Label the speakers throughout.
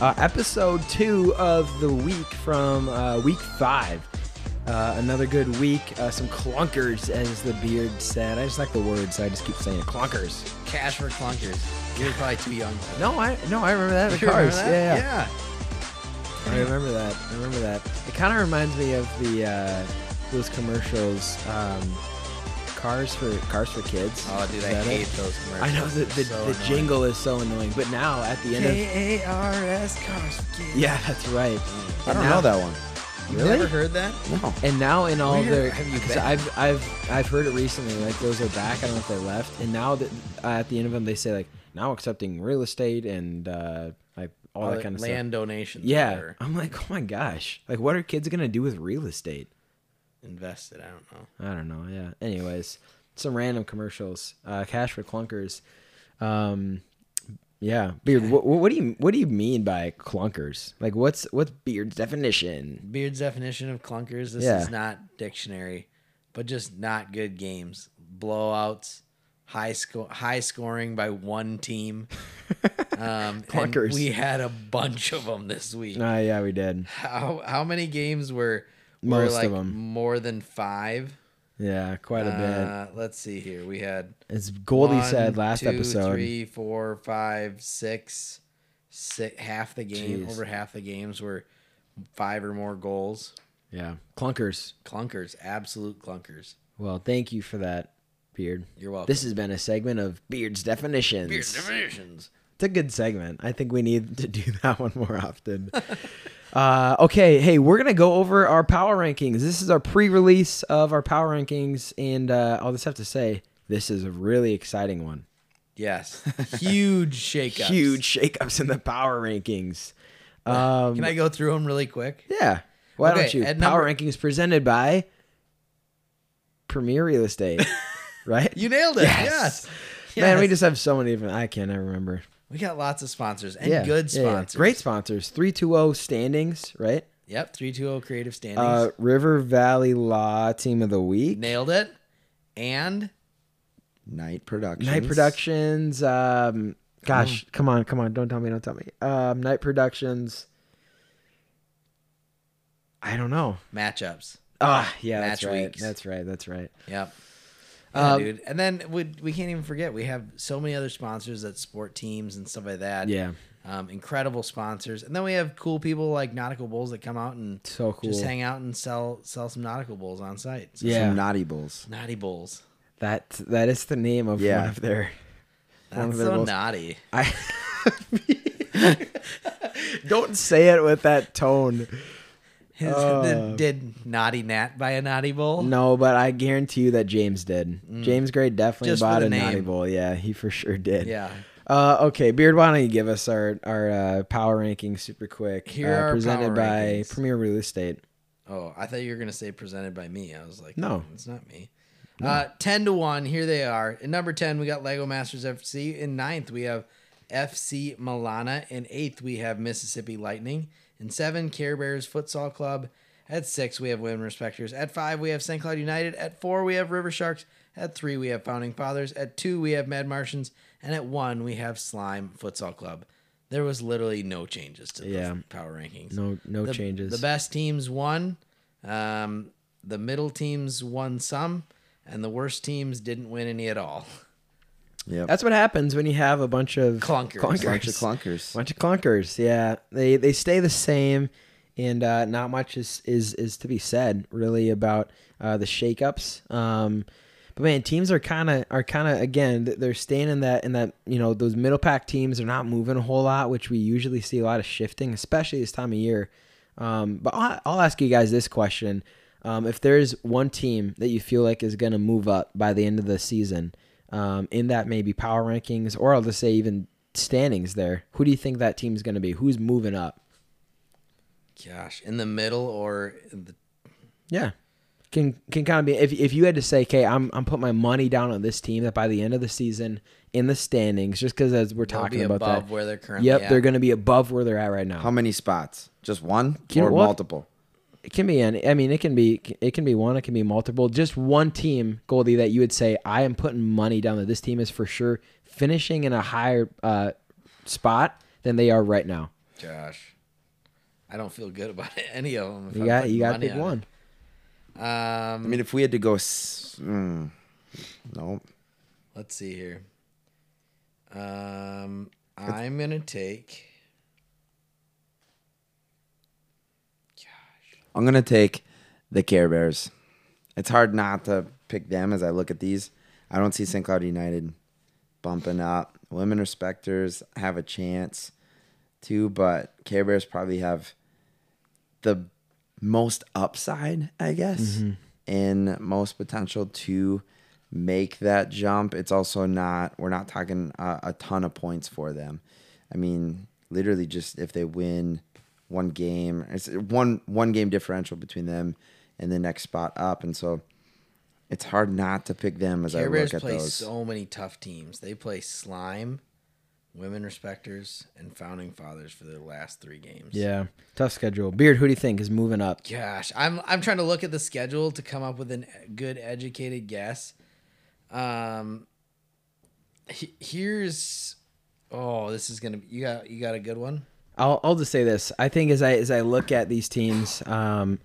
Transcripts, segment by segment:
Speaker 1: uh, episode two of the week from uh, week five. Uh, another good week. Uh, some clunkers, as the beard said. I just like the word, so I just keep saying it. Clunkers.
Speaker 2: Cash for clunkers. You're probably too young.
Speaker 1: No, I no, I remember that.
Speaker 2: You
Speaker 1: with
Speaker 2: remember
Speaker 1: cars.
Speaker 2: that?
Speaker 1: Yeah, yeah. I remember that. I remember that. It kind of reminds me of the uh, those commercials, um, cars for cars for kids.
Speaker 2: Oh, dude,
Speaker 1: Is
Speaker 2: I
Speaker 1: that it?
Speaker 2: hate those commercials.
Speaker 1: I know the the,
Speaker 2: So
Speaker 1: the
Speaker 2: annoying.
Speaker 1: jingle is so annoying, but now at the end of
Speaker 2: K A R S cars. for kids.
Speaker 1: yeah, that's right.
Speaker 3: I don't
Speaker 1: And now-
Speaker 3: know that one.
Speaker 2: You've
Speaker 1: Really?
Speaker 2: never heard that?
Speaker 3: No.
Speaker 1: And now in all
Speaker 2: Where
Speaker 1: their,
Speaker 2: have you
Speaker 1: because
Speaker 2: been?
Speaker 1: I've I've I've heard it recently. Like those are back. I don't know if they left. And now that uh, at the end of them, they say like now accepting real estate and uh, like all
Speaker 2: Or
Speaker 1: that kind of stuff.
Speaker 2: land donations.
Speaker 1: Yeah,
Speaker 2: Or
Speaker 1: I'm like, oh my gosh, like what are kids gonna do with real estate?
Speaker 2: invested. I don't know.
Speaker 1: I don't know. Yeah. Anyways, some random commercials. Uh, cash for clunkers. Um, yeah, beard. What, what do you what do you mean by clunkers? Like, what's what's beard's definition?
Speaker 2: Beard's definition of clunkers. This
Speaker 1: Yeah.
Speaker 2: is not dictionary, but just not good games. Blowouts, high score, high scoring by one team. Um, and
Speaker 1: Clunkers.
Speaker 2: We had a bunch of them this week.
Speaker 1: Ah, yeah, we did.
Speaker 2: How how many games were were
Speaker 1: Most of
Speaker 2: like
Speaker 1: 'em.
Speaker 2: more than five?
Speaker 1: Yeah, quite a
Speaker 2: Uh, let's see here. We had
Speaker 1: bit. As Goldie
Speaker 2: one,
Speaker 1: said last
Speaker 2: two,
Speaker 1: episode,
Speaker 2: three, four, five, six, si half the game.
Speaker 1: Jeez.
Speaker 2: Over half the games were five or more goals.
Speaker 1: yeah, clunkers.
Speaker 2: Clunkers, absolute clunkers.
Speaker 1: Well, thank you for that, beard.
Speaker 2: You're welcome.
Speaker 1: This has been a segment of beard's definitions.
Speaker 2: Beard definitions.
Speaker 1: It's a good segment. I think we need to do that one more often. uh, okay, hey, we're gonna go over our power rankings. This is our pre-release of our power rankings, and uh, I'll just have to say this is a really exciting one.
Speaker 2: Yes, huge shakeups.
Speaker 1: Huge shakeups in the power rankings. Um,
Speaker 2: Can I go through them really quick?
Speaker 1: yeah. Why
Speaker 2: Okay,
Speaker 1: don't you? Power
Speaker 2: at number-
Speaker 1: rankings presented by Premier Real Estate, right?
Speaker 2: You nailed it.
Speaker 1: Yes.
Speaker 2: Yes.
Speaker 1: Man, we
Speaker 2: Yes.
Speaker 1: just have so many different. I can't. I remember.
Speaker 2: We got lots of sponsors and good
Speaker 1: yeah, yeah.
Speaker 2: sponsors.
Speaker 1: Great sponsors. Three two zero standings. Right.
Speaker 2: Yep. Three two zero creative standings.
Speaker 1: Uh, River Valley Law Team of the Week.
Speaker 2: nailed it. And
Speaker 3: Night Productions.
Speaker 1: Night Productions. Um, gosh,
Speaker 2: Mm.
Speaker 1: come on, come on! Don't tell me, don't tell me. Um, Night Productions. I don't know.
Speaker 2: matchups.
Speaker 1: Ah, yeah, that's
Speaker 2: Match
Speaker 1: right.
Speaker 2: weeks.
Speaker 1: That's right. That's right.
Speaker 2: Yep. Yeah,
Speaker 1: Um,
Speaker 2: dude. And then we, we can't even forget we have so many other sponsors that support teams and stuff like that.
Speaker 1: Yeah,
Speaker 2: Um, incredible sponsors. And then we have cool people like Nautical Bulls that come out and
Speaker 1: so cool.
Speaker 2: just hang out and sell sell some Nautical Bulls on site. So
Speaker 1: Yeah.
Speaker 3: Some Naughty Bulls.
Speaker 2: Naughty Bulls.
Speaker 1: that that is the name of
Speaker 3: Yeah.
Speaker 1: one of their. One
Speaker 2: That's
Speaker 1: of their
Speaker 2: so
Speaker 1: bulls.
Speaker 2: naughty.
Speaker 1: I don't say it with that tone.
Speaker 2: His,
Speaker 1: Uh.
Speaker 2: did, did Naughty Nat buy a Naughty Bull?
Speaker 1: No, but I guarantee you that James did. James Gray definitely
Speaker 2: Just for
Speaker 1: bought
Speaker 2: the
Speaker 1: a naughty
Speaker 2: name.
Speaker 1: bowl. Yeah, he for sure did.
Speaker 2: Yeah.
Speaker 1: Uh, okay, Beard, why don't you give us our our uh, power rankings super quick?
Speaker 2: Here
Speaker 1: uh,
Speaker 2: are our
Speaker 1: presented
Speaker 2: power
Speaker 1: by
Speaker 2: rankings.
Speaker 1: Premier Real Estate.
Speaker 2: Oh, I thought you were gonna say presented by me. I was like, "Mm,
Speaker 1: No.
Speaker 2: it's not me. Uh, ten to one. Here they are. In number ten, we got Lego Masters FC. In ninth, we have FC Milana. In eighth, we have Mississippi Lightning. In seven, Care Bears Futsal Club. At six, we have Women Respecters. At five, we have St. Cloud United. At four, we have River Sharks. At three, we have Founding Fathers. At two, we have Mad Martians. And at one, we have Slime Futsal Club. There was literally no changes to the
Speaker 1: Yeah.
Speaker 2: power rankings
Speaker 1: No, no
Speaker 2: the,
Speaker 1: changes.
Speaker 2: The best teams won. Um, the middle teams won some, and the worst teams didn't win any at all.
Speaker 3: Yep.
Speaker 1: That's what happens when you have a bunch of
Speaker 2: Clunkers.
Speaker 3: a bunch of clunkers.
Speaker 1: bunch of clunkers. Yeah, they they stay the same, and uh, not much is is is to be said really about uh, the shakeups. Um, but man, teams are kind of are kind of again th- they're staying in that in that you know those middle pack teams are not moving a whole lot, which we usually see a lot of shifting, especially this time of year. Um, but I'll, I'll ask you guys this question: um, If there is one team that you feel like is going to move up by the end of the season, um, in that maybe power rankings, or I'll just say even standings there, who do you think that team's going to be? Who's moving up?
Speaker 2: Gosh, in the middle or in the,
Speaker 1: Yeah, can can kind of be if if you had to say, okay, I'm I'm putting my money down on this team that by the end of the season in the standings, just because as we're
Speaker 2: they'll
Speaker 1: talking
Speaker 2: be
Speaker 1: about
Speaker 2: above
Speaker 1: that,
Speaker 2: where they're currently.
Speaker 1: yep,
Speaker 2: at.
Speaker 1: they're going to be above where they're at right now.
Speaker 3: How many spots? Just one
Speaker 1: You know
Speaker 3: or
Speaker 1: what?
Speaker 3: multiple?
Speaker 1: It can be any. I mean, it can be it can be one. It can be multiple. Just one team, Goldie, that you would say I am putting money down that this team is for sure finishing in a higher uh, spot than they are right now.
Speaker 2: Josh. I don't feel good about any of them. if
Speaker 1: You
Speaker 2: I'm
Speaker 1: got
Speaker 2: putting
Speaker 1: you got to
Speaker 2: money
Speaker 1: pick
Speaker 2: on it.
Speaker 1: one.
Speaker 2: Um,
Speaker 4: I mean, if we had to go, s- mm, no,
Speaker 2: Let's see here. Um, I'm gonna take. Gosh,
Speaker 4: I'm gonna take the Care Bears. It's hard not to pick them as I look at these. I don't see St. Cloud United bumping up. Women Respecters have a chance too, but Care Bears probably have the most upside, I guess, and most potential to make that jump. It's also not, we're not talking a, a ton of points for them. I mean, literally just if they win one game, it's one, one game differential between them and the next spot up. And so it's hard not to pick them as
Speaker 2: Care
Speaker 4: I
Speaker 2: Bears
Speaker 4: look at
Speaker 2: play
Speaker 4: those.
Speaker 2: so many tough teams. They play Slime, Women Respecters, and Founding Fathers for their last three games.
Speaker 1: Yeah, tough schedule. Beard, who do you think is moving up?
Speaker 2: Gosh, I'm I'm trying to look at the schedule to come up with a good educated guess. Um, he- here's. Oh, this is gonna. be You got you got a good one.
Speaker 1: I'll I'll just say this. I think as I as I look at these teams, um,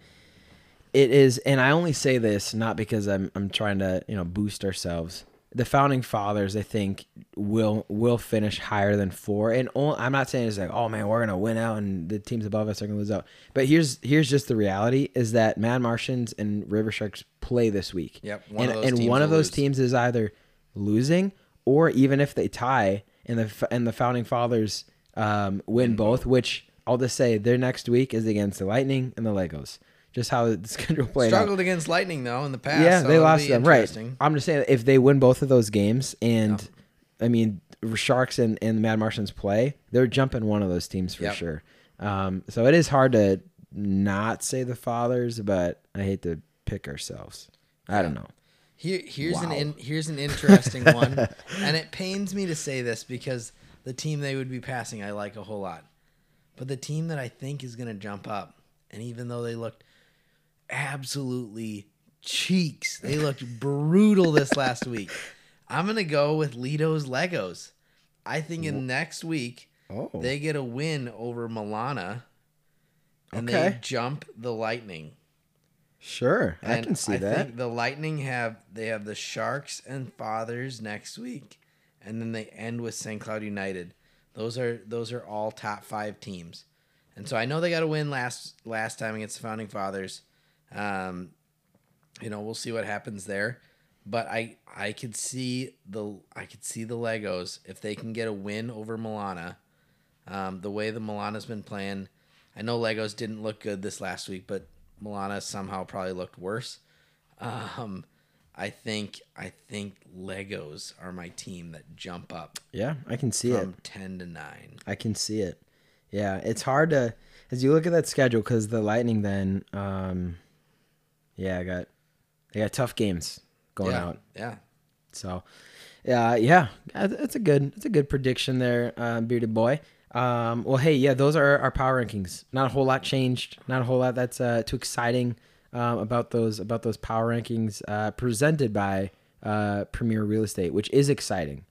Speaker 1: it is, and I only say this not because I'm I'm trying to you know boost ourselves. The founding fathers, I think, will will finish higher than four. And all, I'm not saying it's like, oh man, we're gonna win out, and the teams above us are gonna lose out. But here's here's just the reality: is that Mad Martians and River Sharks play this week.
Speaker 2: Yep,
Speaker 1: and
Speaker 2: one of those
Speaker 1: and
Speaker 2: teams
Speaker 1: one of
Speaker 2: will
Speaker 1: those
Speaker 2: lose.
Speaker 1: teams is either losing or even if they tie and the and the founding fathers um,
Speaker 2: Mm-hmm.
Speaker 1: win both, which I'll just say their next week is against the Lightning and the Legos. Just how the schedule played out.
Speaker 2: Struggled against Lightning though in the past.
Speaker 1: Yeah,
Speaker 2: so
Speaker 1: they
Speaker 2: it'll
Speaker 1: lost
Speaker 2: be
Speaker 1: them. Right.
Speaker 2: interesting.
Speaker 1: I'm just saying if they win both of those games and I mean Sharks and, and the Mad Martians play, they're jumping one of those teams for
Speaker 2: Yep.
Speaker 1: sure. Um, so it is hard to not say the fathers, but I hate to pick ourselves. I don't know.
Speaker 2: Here, here's an
Speaker 4: Wow.
Speaker 2: in, here's an interesting one, and it pains me to say this because the team they would be passing I like a whole lot, but the team that I think is going to jump up, and even though they looked absolutely cheeks, they looked brutal this last week. I'm going to go with Lido's Legos. I think in next week
Speaker 1: Oh.
Speaker 2: they get a win over Milana, and they
Speaker 1: Okay.
Speaker 2: jump the Lightning.
Speaker 1: Sure. I
Speaker 2: And
Speaker 1: can see
Speaker 2: I
Speaker 1: that.
Speaker 2: Think the Lightning have they have the Sharks and Fathers next week, and then they end with St. Cloud United. Those are those are all top five teams, and so I know they got a win last last time against the Founding Fathers. Um, you know we'll see what happens there, but I I could see the I could see the Legos if they can get a win over Milana. Um, the way that Milana's been playing, I know Legos didn't look good this last week, but Milana somehow probably looked worse. Um, I think I think Legos are my team that jump up
Speaker 1: Yeah, I can see it.
Speaker 2: from ten to nine.
Speaker 1: I can see it. Yeah, it's hard to as you look at that schedule because the Lightning then, um, yeah, I got they got tough games going
Speaker 2: yeah,
Speaker 1: out.
Speaker 2: yeah.
Speaker 1: So, uh, yeah, uh, that's a good that's a good prediction there, uh, bearded boy. Um, well, hey, yeah, those are our power rankings. Not a whole lot changed. Not a whole lot that's uh, too exciting um, about those about those power rankings uh, presented by uh, Premier Real Estate, which is exciting.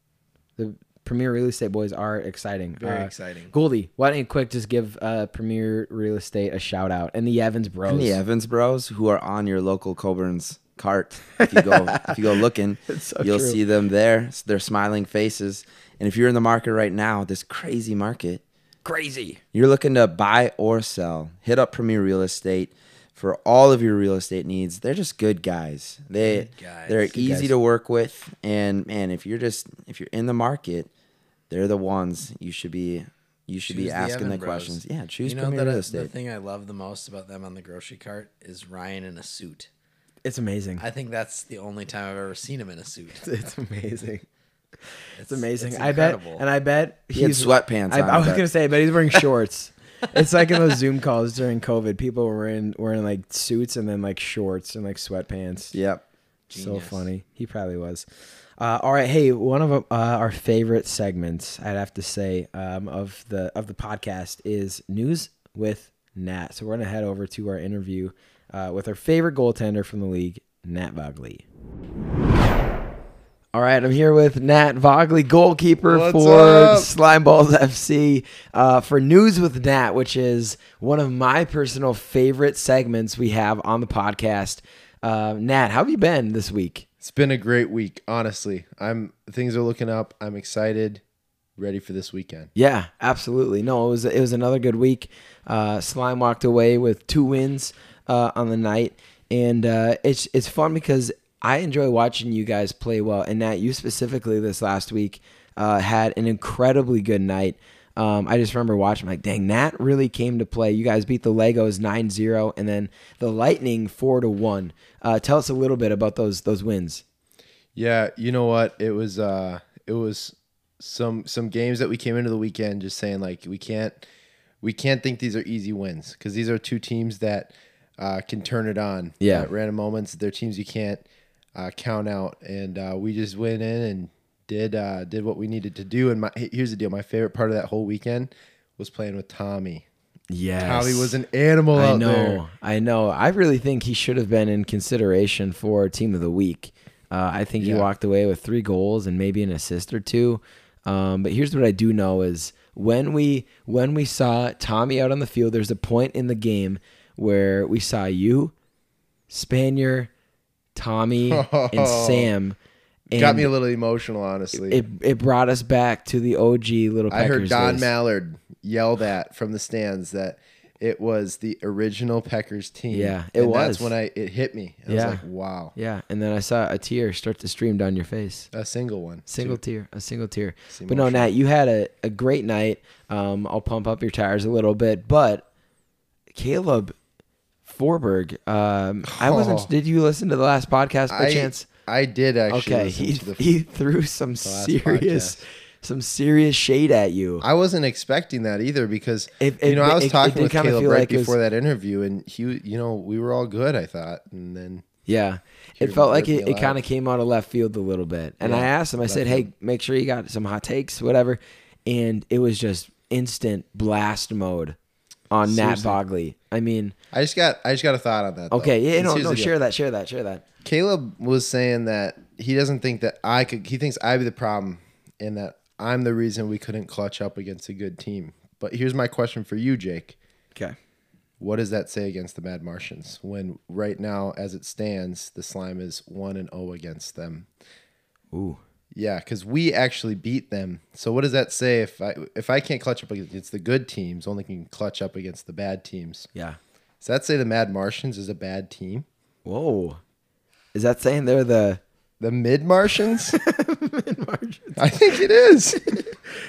Speaker 1: The Premier Real Estate boys are exciting.
Speaker 2: Very
Speaker 1: Uh,
Speaker 2: exciting.
Speaker 1: Goldie, why don't you quick just give uh, Premier Real Estate a shout out and the Evans Bros.
Speaker 4: And the Evans Bros, who are on your local Coburn's cart. If you go, if you go looking, you'll
Speaker 1: true.
Speaker 4: see them there. S- Their smiling faces. And if you're in the market right now, this crazy market,
Speaker 1: Crazy.
Speaker 4: you're looking to buy or sell, hit up Premier Real Estate for all of your real estate needs. They're just good guys. They
Speaker 2: Good guys.
Speaker 4: they're
Speaker 2: Good
Speaker 4: easy
Speaker 1: guys.
Speaker 4: to work with, and man, if you're just if you're in the market, they're the ones you should be you should
Speaker 2: Choose
Speaker 4: be
Speaker 2: the
Speaker 4: asking
Speaker 2: Evan
Speaker 4: the,
Speaker 2: Bros.
Speaker 4: questions. Yeah, choose
Speaker 2: you know
Speaker 5: uh,
Speaker 4: Premier
Speaker 2: that
Speaker 4: Real
Speaker 2: I-
Speaker 4: Estate.
Speaker 2: the thing I love the most about them on the grocery cart is Ryan in a suit.
Speaker 1: It's amazing.
Speaker 2: I think that's the only time I've ever seen him in a suit.
Speaker 1: it's amazing.
Speaker 2: It's,
Speaker 1: It's amazing.
Speaker 2: it's
Speaker 1: I bet,
Speaker 2: incredible.
Speaker 1: and I bet
Speaker 4: He had sweatpants
Speaker 1: I,
Speaker 4: on,
Speaker 1: I was
Speaker 4: but-
Speaker 1: gonna say, but he's wearing shorts. it's like in those Zoom calls during COVID, people were in wearing like suits and then like shorts and like sweatpants.
Speaker 4: yep.
Speaker 1: So
Speaker 2: Genius.
Speaker 1: funny. He probably was. Uh, all right, hey, one of uh, our favorite segments, I'd have to say, um, of the of the podcast is news with Nat. So we're gonna head over to our interview uh, with our favorite goaltender from the league, Nat Vogley. All right, I'm here with Nat Vogley, goalkeeper
Speaker 4: What's
Speaker 1: for
Speaker 4: up?
Speaker 1: Slimeballs FC, uh, for News with Nat, which is one of my personal favorite segments we have on the podcast. Uh, Nat, how have you been this week?
Speaker 2: It's been a great week, honestly. I'm things are looking up. I'm excited, ready for this weekend.
Speaker 1: Yeah, absolutely. No, it was it was another good week. Uh, Slime walked away with two wins uh, on the night, and uh, it's it's fun because I enjoy watching you guys play well. And Nat, you specifically this last week uh, had an incredibly good night. Um, I just remember watching like, dang, Nat really came to play. You guys beat the Legos 9-0 and then the Lightning four to one. Uh, tell us a little bit about those those wins.
Speaker 2: Yeah, you know what? It was uh it was some some games that we came into the weekend just saying like we can't we can't think these are easy wins because these are two teams that uh, can turn it on
Speaker 1: Yeah.
Speaker 2: at random moments. They're teams you can't uh, count out, and uh, we just went in and did uh, did what we needed to do. And my here's the deal: my favorite part of that whole weekend was playing with Tommy.
Speaker 1: Yes,
Speaker 2: Tommy was an animal
Speaker 1: I
Speaker 2: out
Speaker 1: know,
Speaker 2: there.
Speaker 1: I know. I really think he should have been in consideration for team of the week. Uh, I think he
Speaker 2: Yeah.
Speaker 1: walked away with three goals and maybe an assist or two. Um, but here's what I do know is when we when we saw Tommy out on the field, there's a point in the game where we saw you, Spanier, Tommy, and Sam. And
Speaker 2: Got me a little emotional, honestly.
Speaker 1: it it brought us back to the OG little.
Speaker 2: I heard
Speaker 1: Peckers
Speaker 2: Don
Speaker 1: days.
Speaker 2: Mallard yell that from the stands that it was the original Peckers team.
Speaker 1: Yeah, it
Speaker 2: and
Speaker 1: was.
Speaker 2: That's when I it hit me. I
Speaker 1: Yeah.
Speaker 2: was like, wow,
Speaker 1: Yeah, and then I saw a tear start to stream down your face.
Speaker 2: a single one,
Speaker 1: Single
Speaker 2: too.
Speaker 1: tier, a single tier.
Speaker 2: It's
Speaker 1: But no,
Speaker 2: emotional.
Speaker 1: Nat, you had a, a great night. Um, I'll pump up your tires a little bit, but Caleb Forberg, um, I
Speaker 2: Oh.
Speaker 1: wasn't. Did you listen to the last podcast by
Speaker 2: I,
Speaker 1: chance?
Speaker 2: I did actually.
Speaker 1: Okay,
Speaker 2: listen
Speaker 1: he
Speaker 2: to the-
Speaker 1: he threw some
Speaker 2: last
Speaker 1: serious, some serious shade at you.
Speaker 2: I wasn't expecting that either because
Speaker 1: It- it-
Speaker 2: you know I was
Speaker 1: it- it
Speaker 2: talking
Speaker 1: did
Speaker 2: with
Speaker 1: kinda
Speaker 2: Caleb
Speaker 1: feel
Speaker 2: right
Speaker 1: like it was-
Speaker 2: before that interview, and he, you know, we were all good. I thought, and then
Speaker 1: Yeah.
Speaker 2: Here,
Speaker 1: It felt like
Speaker 2: rip
Speaker 1: it,
Speaker 2: me
Speaker 1: it kind
Speaker 2: alive.
Speaker 1: of came out of left field a little bit. And I
Speaker 2: Yeah,
Speaker 1: asked him, I said, hey, make sure you got some hot takes, whatever. And it was just instant blast mode on Nat
Speaker 2: Seriously.
Speaker 1: Bogley. I mean,
Speaker 2: I just got I just got a thought on that. though.
Speaker 1: okay, yeah,
Speaker 2: And
Speaker 1: no,
Speaker 2: here's
Speaker 1: no,
Speaker 2: the deal.
Speaker 1: share that, share that, share that.
Speaker 2: Caleb was saying that he doesn't think that I could. He thinks I'd be the problem, and that I'm the reason we couldn't clutch up against a good team. But here's my question for you, Jake:
Speaker 1: Okay.
Speaker 2: What does that say against the Mad Martians? When right now, as it stands, the slime is one and zero against them.
Speaker 1: Ooh.
Speaker 2: Yeah, because we actually beat them. So what does that say if I if I can't clutch up against the good teams, only can clutch up against the bad teams?
Speaker 1: Yeah.
Speaker 2: Does that say the Mad Martians is a bad team?
Speaker 1: Whoa. Is that saying they're the.
Speaker 2: The mid Martians? I think it is.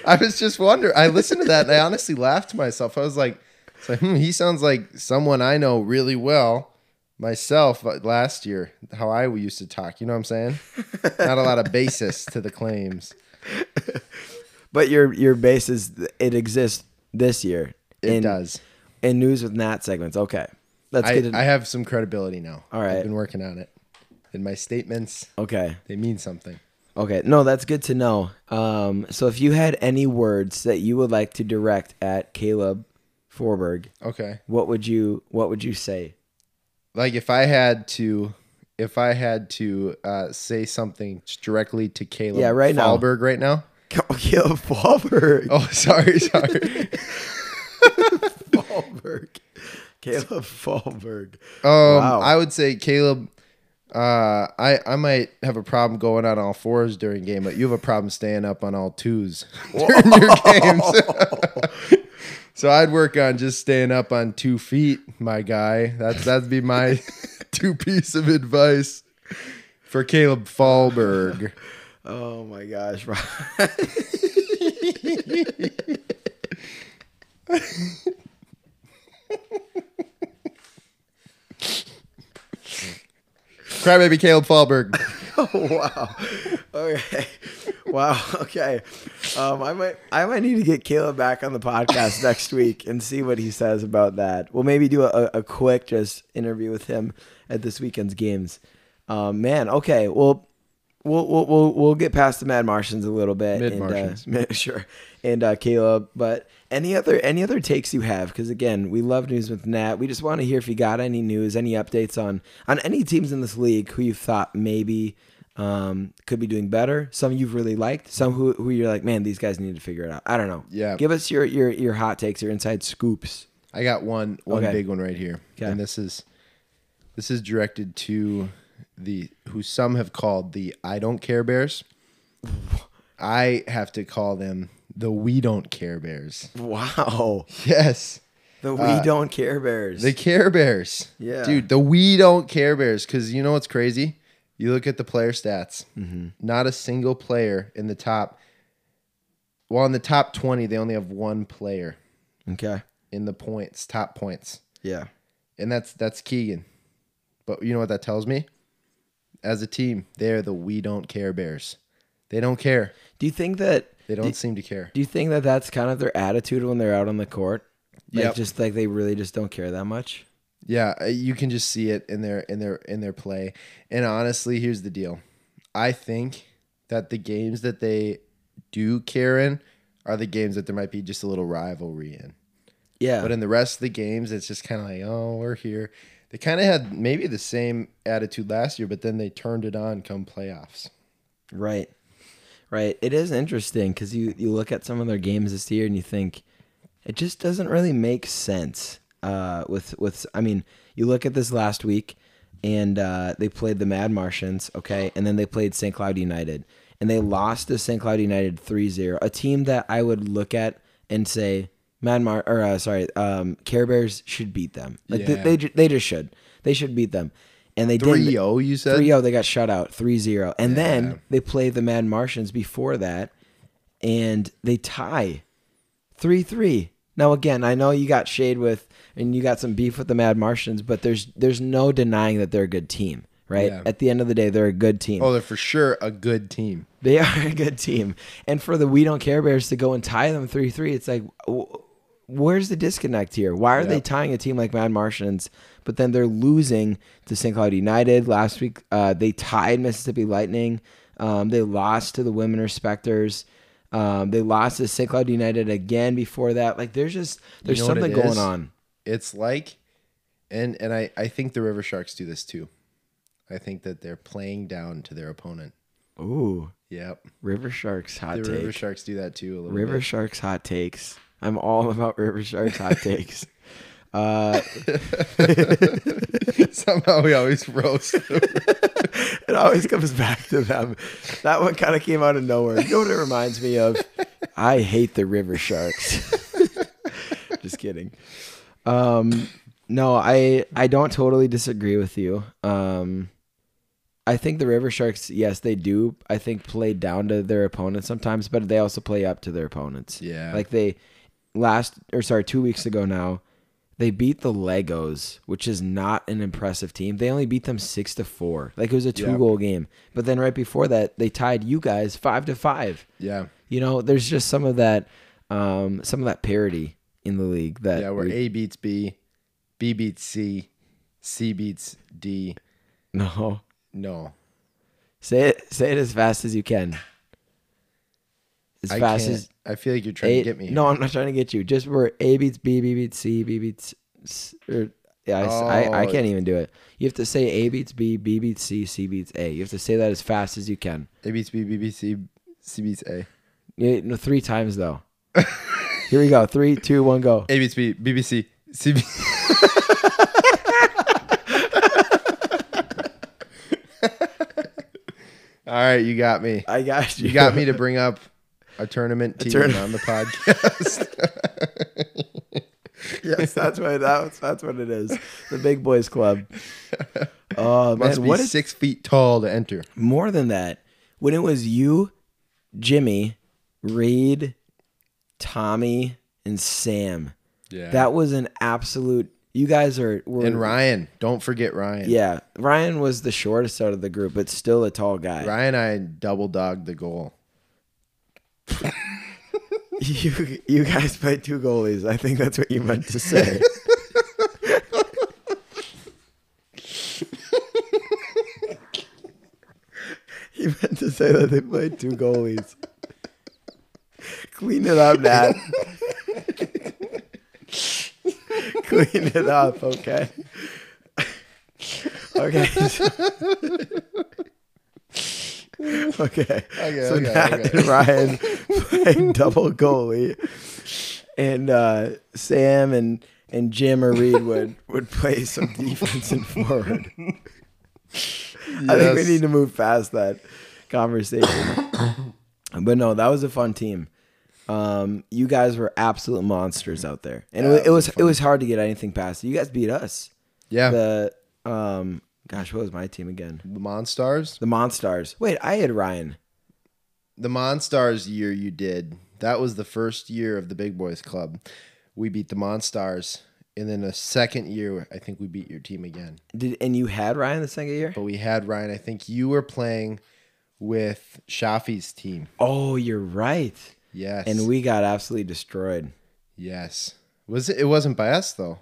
Speaker 2: I was just wondering. I listened to that and I honestly laughed to myself. I was like, it's like, hmm, he sounds like someone I know really well myself uh, last year, how I used to talk. You know what I'm saying? Not a lot of basis to the claims.
Speaker 1: But your your base is, it exists this year.
Speaker 2: It
Speaker 1: in,
Speaker 2: does.
Speaker 1: In news with Nat segments. Okay. That's
Speaker 2: I,
Speaker 1: good. to-
Speaker 2: I have some credibility now.
Speaker 1: All right.
Speaker 2: I've been working on it. And my statements,
Speaker 1: okay.
Speaker 2: they mean something.
Speaker 1: Okay, no, that's good to know. Um, so if you had any words that you would like to direct at Caleb Forberg,
Speaker 2: Okay.
Speaker 1: what would you what would you say?
Speaker 2: like if I had to, if I had to uh, say something directly to Caleb,
Speaker 1: Yeah, right now.
Speaker 2: Fallberg right now.
Speaker 1: Oh, Caleb Forberg.
Speaker 2: Oh, sorry, sorry.
Speaker 1: Forberg. Caleb Forberg.
Speaker 2: um,
Speaker 1: Wow.
Speaker 2: I would say Caleb. Uh, I I might have a problem going on all fours during game, but you have a problem staying up on all twos during your games. so I'd work on just staying up on two feet, my guy. That's that'd be my two piece of advice for Caleb Fallberg.
Speaker 1: Oh my gosh. Rob.
Speaker 2: Crybaby Caleb Fallberg.
Speaker 1: wow. Okay. Wow. Okay. Um, I might I might need to get Caleb back on the podcast next week and see what he says about that. We'll maybe do a, a quick just interview with him at this weekend's games. Um, man. Okay. Well. We'll, we'll, we'll, we'll get past the Mad Martians a little bit. and, uh,
Speaker 2: Mid-Martians.
Speaker 1: mi- sure. And uh, Caleb, but any other any other takes you have? Because again, we love news with Nat. We just want to hear if you got any news, any updates on on any teams in this league who you thought maybe um, could be doing better. Some you've really liked. Some who, who you're like, man, these guys need to figure it out. I don't know.
Speaker 2: Yeah.
Speaker 1: Give us your your your hot takes, your inside scoops.
Speaker 2: I got one one
Speaker 1: Okay.
Speaker 2: big one right here.
Speaker 1: Okay.
Speaker 2: And this is this is directed to the who some have called the I don't care bears. I have to call them the we don't care bears.
Speaker 1: Wow.
Speaker 2: Yes.
Speaker 1: The we
Speaker 2: Uh,
Speaker 1: don't care bears.
Speaker 2: The Care Bears.
Speaker 1: Yeah.
Speaker 2: Dude, the we don't Care Bears. Because you know what's crazy? You look at the player stats,
Speaker 1: Mm-hmm.
Speaker 2: not a single player in the top. Well, in the top 20, they only have one player
Speaker 1: okay.
Speaker 2: in the points, top points.
Speaker 1: Yeah.
Speaker 2: And that's that's Keegan. But you know what that tells me? As a team, they're the we don't care bears. They don't care.
Speaker 1: Do you think that?
Speaker 2: They don't
Speaker 1: Do,
Speaker 2: seem to care.
Speaker 1: do you think that that's kind of their attitude when they're out on the court? Like
Speaker 2: Yep.
Speaker 1: just like they really just don't care that much.
Speaker 2: Yeah, uh, you can just see it in their in their in their play. And honestly, here's the deal. I think that the games that they do care in are the games that there might be just a little rivalry in.
Speaker 1: Yeah.
Speaker 2: But in the rest of the games, it's just kind of like, oh, we're here. They kind of had maybe the same attitude last year, but then they turned it on come playoffs.
Speaker 1: Right. Right. It is interesting because you, you look at some of their games this year and you think it just doesn't really make sense. Uh, with with I mean, you look at this last week and uh, they played the Mad Martians, okay, and then they played St. Cloud United and they lost to St. Cloud United 3-0, a team that I would look at and say Mad Mar or uh, sorry, um, Care Bears should beat them. Like they,
Speaker 2: Yeah.
Speaker 1: they ju- they just should. They should beat them. And they didn't.
Speaker 2: 3-0, oh, you said?
Speaker 1: 3-0 oh, they got shut out 3-0 and then they play the mad martians before that and they tie 3-3 now again i know you got shade with and you got some beef with the mad martians but there's there's no denying that they're a good team right
Speaker 2: Yeah.
Speaker 1: at the end of the day they're a good team
Speaker 2: Oh, they're for sure a good team.
Speaker 1: they are a good team and for the we don't care bears to go and tie them 3-3 it's like w- where's the disconnect here why are they tying a team like mad martians but then they're losing to st cloud united last week uh, they tied mississippi lightning um, they lost to the women respecters um, they lost to st cloud united again before that like there's just there's
Speaker 2: know what
Speaker 1: something
Speaker 2: it
Speaker 1: going
Speaker 2: is?
Speaker 1: on
Speaker 2: it's like and and I, I think the river sharks do this too i think that they're playing down to their opponent
Speaker 1: ooh
Speaker 2: yep
Speaker 1: river sharks hot
Speaker 2: the
Speaker 1: take
Speaker 2: river sharks do that too a little
Speaker 1: River
Speaker 2: bit.
Speaker 1: Sharks hot takes. I'm all about River Sharks hot takes. Uh,
Speaker 2: somehow we always roast
Speaker 1: it always comes back to them. That one kind of came out of nowhere. You know what it reminds me of? I hate the River Sharks. Just kidding. Um, no, I I don't totally disagree with you. Um, I think the River Sharks, yes, they do. I think play down to their opponents sometimes, but they also play up to their opponents.
Speaker 2: Yeah.
Speaker 1: like they last or sorry, two weeks ago now, they beat the Legos, which is not an impressive team. They only beat them six to four. Like it was a two goal game. But then right before that, they tied you guys five to five.
Speaker 2: yeah
Speaker 1: You know, there's just some of that, um, some of that parity in the league that
Speaker 2: yeah where
Speaker 1: we-
Speaker 2: a beats b b beats c c beats d
Speaker 1: no.
Speaker 2: no
Speaker 1: Say it. Say it as fast as you can. As
Speaker 2: i
Speaker 1: fast
Speaker 2: can't
Speaker 1: as
Speaker 2: i feel like you're trying
Speaker 1: A,
Speaker 2: to get me
Speaker 1: No, I'm not trying to get you. Just where A beats B, B beats C, B beats. S- Or, yeah, I s- I, I
Speaker 2: Oh.
Speaker 1: can't even do it. You have to say A beats B, B beats C, C beats A. You have to say that as fast as you can.
Speaker 2: a beats b b beats c c beats a
Speaker 1: Yeah, No, three times though. Here we go. Three, two, one, go.
Speaker 2: a beats b b beats c c beats all right you got me
Speaker 1: I got you.
Speaker 2: You got me to bring up a tournament team
Speaker 1: tourna-
Speaker 2: on the podcast.
Speaker 1: yes, that's what that's, that's what it is. The big boys club. Oh
Speaker 2: Must
Speaker 1: man,
Speaker 2: be
Speaker 1: what is
Speaker 2: six feet tall to enter.
Speaker 1: more than that? When it was you, Jimmy, Reed, Tommy, and Sam.
Speaker 2: Yeah.
Speaker 1: That was an absolute. You guys are were,
Speaker 2: and Ryan, don't forget Ryan.
Speaker 1: Yeah, Ryan was the shortest out of the group, but still a tall guy.
Speaker 2: Ryan and I double dogged the goal.
Speaker 1: You you guys played two goalies. I think that's what you meant to say. you meant to say that they played two goalies. Clean it up, Nat. Clean it up, okay. okay. Okay.
Speaker 2: Okay,
Speaker 1: so
Speaker 2: okay,
Speaker 1: Nat
Speaker 2: okay.
Speaker 1: and Ryan playing double goalie, and uh, Sam and and Jim or Reed would would play some defense and forward. I think we
Speaker 2: Yes.
Speaker 1: need to move past that conversation. but no, that was a fun team. Um, you guys were absolute monsters out there, and it, wa- it was it was hard to get anything past. You guys beat us.
Speaker 2: Yeah.
Speaker 1: The um, gosh, what was my team again?
Speaker 2: The Monstars.
Speaker 1: The Monstars. Wait, I had Ryan.
Speaker 2: The Monstars year you did. That was the first year of the Big Boys Club. We beat the Monstars. And then a second year, I think we beat your team again.
Speaker 1: Did and you had Ryan the second year?
Speaker 2: But we had Ryan. I think you were playing with Shafi's team.
Speaker 1: Oh, you're right.
Speaker 2: Yes.
Speaker 1: And we got absolutely destroyed.
Speaker 2: yes. Was it? It wasn't by us though.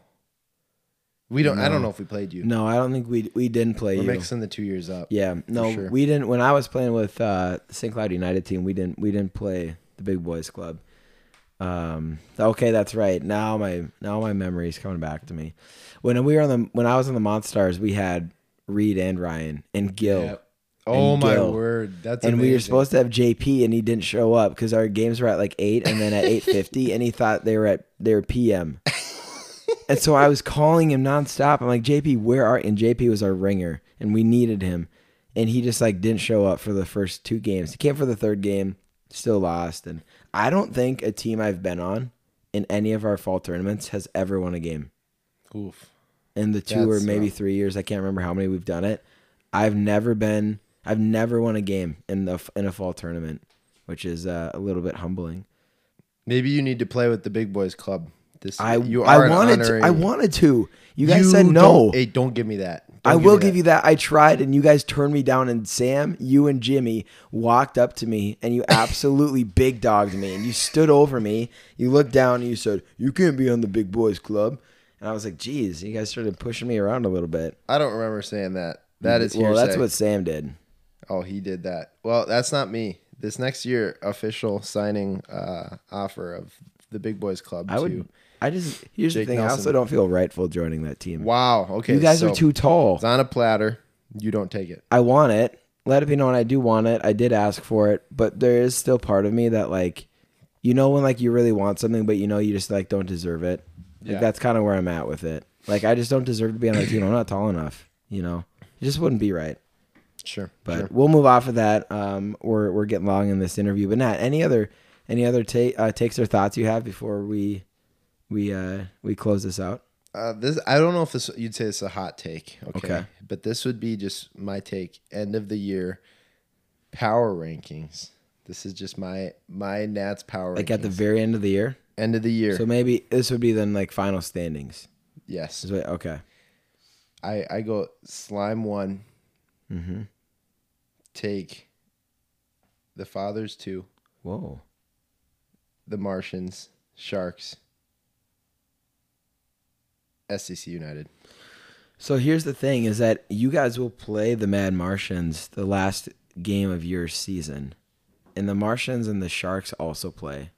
Speaker 2: We don't. I don't know if we played you.
Speaker 1: No, I don't think we we didn't play
Speaker 2: We're
Speaker 1: you.
Speaker 2: mixing the two years up.
Speaker 1: yeah, no,
Speaker 2: sure.
Speaker 1: we didn't. When I was playing with uh, St. Cloud United team, we didn't we didn't play the Big Boys Club. Um, okay, that's right. Now my now my memory's coming back to me. When we were on the when I was on the Monstars, we had Reed and Ryan and Gil.
Speaker 2: Yep. Oh
Speaker 1: And
Speaker 2: my
Speaker 1: Gil.
Speaker 2: word. That's
Speaker 1: and we were
Speaker 2: amazing.
Speaker 1: supposed to have JP, and he didn't show up because our games were at like eight, and then at eight fifty, and he thought they were at they were PM. and so I was calling him nonstop. I'm like, JP, where are? And JP was our ringer, and we needed him, and he just like didn't show up for the first two games. He came for the third game, still lost. And I don't think a team I've been on in any of our fall tournaments has ever won a game
Speaker 2: Oof.
Speaker 1: in the two or
Speaker 2: That's
Speaker 1: maybe three years. I can't remember how many we've done it. I've never been. I've never won a game in the in a fall tournament, which is uh, a little bit humbling.
Speaker 2: Maybe you need to play with the Big Boys Club. This
Speaker 1: I
Speaker 2: you are
Speaker 1: I
Speaker 2: an
Speaker 1: wanted to, I
Speaker 2: honorary-
Speaker 1: wanted to. You guys
Speaker 2: You
Speaker 1: said no.
Speaker 2: Don't, hey, don't give me that.
Speaker 1: I
Speaker 2: Don't
Speaker 1: will
Speaker 2: me
Speaker 1: give
Speaker 2: that.
Speaker 1: you that. I tried, and you guys turned me down. And Sam, you and Jimmy walked up to me, and you absolutely big dogged me. And you stood over me. You looked down, and you said, "You can't be on the big boys club." And I was like, "Geez," you guys started pushing me around a little bit.
Speaker 2: I don't remember saying that. That is
Speaker 1: well,
Speaker 2: hearsay.
Speaker 1: that's what Sam did.
Speaker 2: Oh, he did that. Well, that's not me. This next year, official signing uh, offer of the Big Boys Club.
Speaker 1: I would.
Speaker 2: to-
Speaker 1: I just here's
Speaker 2: Jake
Speaker 1: the thing. I also
Speaker 2: Nelson.
Speaker 1: don't feel rightful joining that team.
Speaker 2: Wow. Okay.
Speaker 1: you guys
Speaker 2: so
Speaker 1: are too tall.
Speaker 2: It's on a platter. You don't take it.
Speaker 1: I want it. Let it be known I do want it. I did ask for it, but there is still part of me that like, you know, when like you really want something, but you know you just like don't deserve it. Like
Speaker 2: Yeah.
Speaker 1: that's kind of where I'm at with it. Like I just don't deserve to be on that team. I'm not tall enough. You know, it just wouldn't be right.
Speaker 2: Sure.
Speaker 1: But
Speaker 2: sure.
Speaker 1: we'll move off of that. Um, we're we're getting long in this interview. But Nat, any other any other ta- uh, takes or thoughts you have before we we uh we close this out?
Speaker 2: Uh, this I don't know if this you'd say it's a hot take. Okay.
Speaker 1: Okay.
Speaker 2: But this would be just my take. End of the year, power rankings. This is just my my Nats power.
Speaker 1: like
Speaker 2: rankings.
Speaker 1: at the very end of the year.
Speaker 2: end of the year.
Speaker 1: So maybe this would be then like final standings.
Speaker 2: yes.
Speaker 1: Is what- okay.
Speaker 2: I I go slime one.
Speaker 1: Mm-hmm.
Speaker 2: Take the fathers two,
Speaker 1: Whoa.
Speaker 2: the Martians, sharks, SEC United.
Speaker 1: So here's the thing: is that you guys will play the Mad Martians the last game of your season, and the Martians and the Sharks also play.